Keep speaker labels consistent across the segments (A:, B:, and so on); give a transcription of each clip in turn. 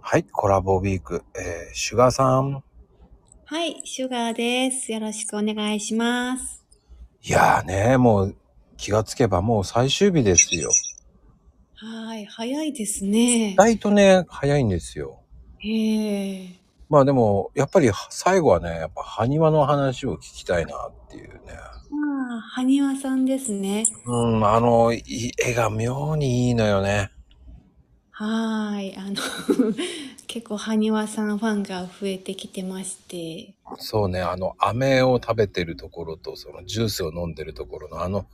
A: はい、コラボウィーク、えー、シュガーさん。
B: はい、シュガーです。よろしくお願いします。
A: いやーね、もう気がつけばもう最終日ですよ。
B: はい、早いですね
A: 意。外とね、早いんですよ。
B: へえ。
A: まあでも、やっぱりは最後はね、やっぱ埴輪の話を聞きたいなっていうね。
B: まあ、埴輪さんですね。
A: うん、あの、い絵が妙にいいのよね。
B: はーい、あの、 結構埴輪さんファンが増えてきてまして。
A: そうね、あの、飴を食べてるところと、そのジュースを飲んでるところの、あの、
B: あ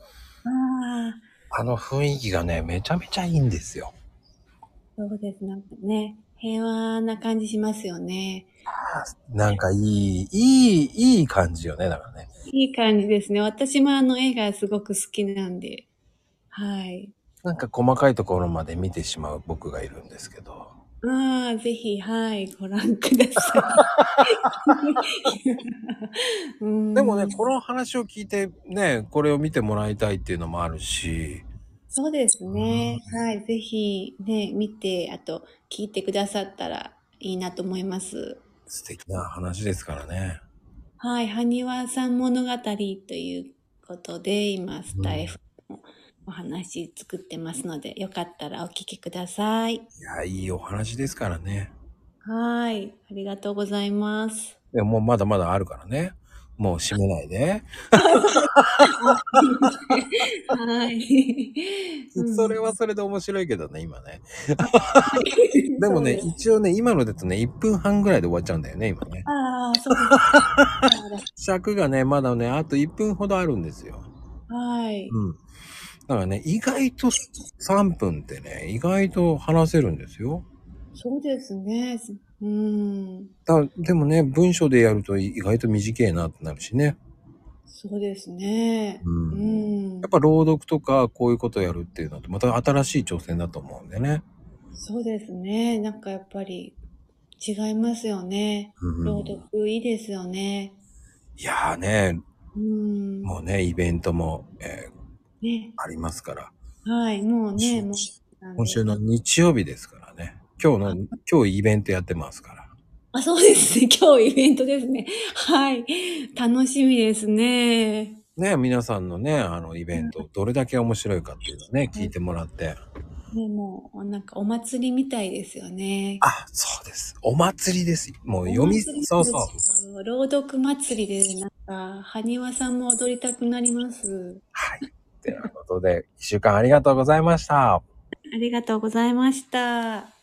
B: あ、
A: あの雰囲気がね、めちゃめちゃいいんですよ。
B: そうです。なんかね、平和な感じしますよね。
A: なんかいい、いい、いい感じよね、だからね。
B: いい感じですね。私もあの絵がすごく好きなんで。はい。
A: なんか細かいところまで見てしまう僕がいるんですけど。
B: ああ、ぜひ、はい、ご覧くださ い。うん
A: でもね、この話を聞いてね、これを見てもらいたいっていうのもあるし、
B: そうですね。はい、ぜひ、ね、見て、あと、聞いてくださったらいいなと思います。
A: 素敵な話ですからね。
B: はい、埴輪さん物語ということで、今、スタイフのお話作ってますので、よかったらお聞きください。
A: いや、いいお話ですからね。
B: はい、ありがとうございます。
A: でももうまだまだあるからね。もう閉めないで。
B: はい。う ん
A: それはそれで面白いけどね、今ね。でもね、一応ね、今のだとね、1分半ぐらいで終わっちゃうんだよね、今ね。
B: ああ、そうですね
A: 尺がね、まだね、あと1分ほどあるんですよ。
B: はい。
A: うん。だからね、意外と3分ってね、意外と話せるんですよ。
B: そうですね。うん。
A: だでもね、文章でやると意外と短いなってなるしね。
B: そうですね。
A: う。
B: うんん
A: やっ。ぱ朗読とかこういうことをやるっていうのとまた新しい挑戦だと思うんでね。
B: そうですね。なんかやっぱり違いますよね。
A: うん
B: 朗読いいですよね。
A: いやーね、
B: うん。
A: もうね、イベントも、えー
B: ね。
A: ありますから。
B: はい。もうね、
A: 今
B: もう
A: 週
B: なんで。
A: 今週の日曜日ですからね。今日の、今日イベントやってますから。
B: あ、そうですね。 今日イベントですね。はい。楽しみですね。
A: ね、皆さんのね、あのイベント、どれだけ面白いかっていうのをね、聞いてもらって。
B: ね、もう、なんかお祭りみたいですよね。
A: あ、そうです。お祭りです。もう読み、そうそう。
B: う。朗読祭りで、なんか、埴輪さんも踊りたくなります。
A: はい。ということで、一週間ありがとうございました。
B: ありがとうございました。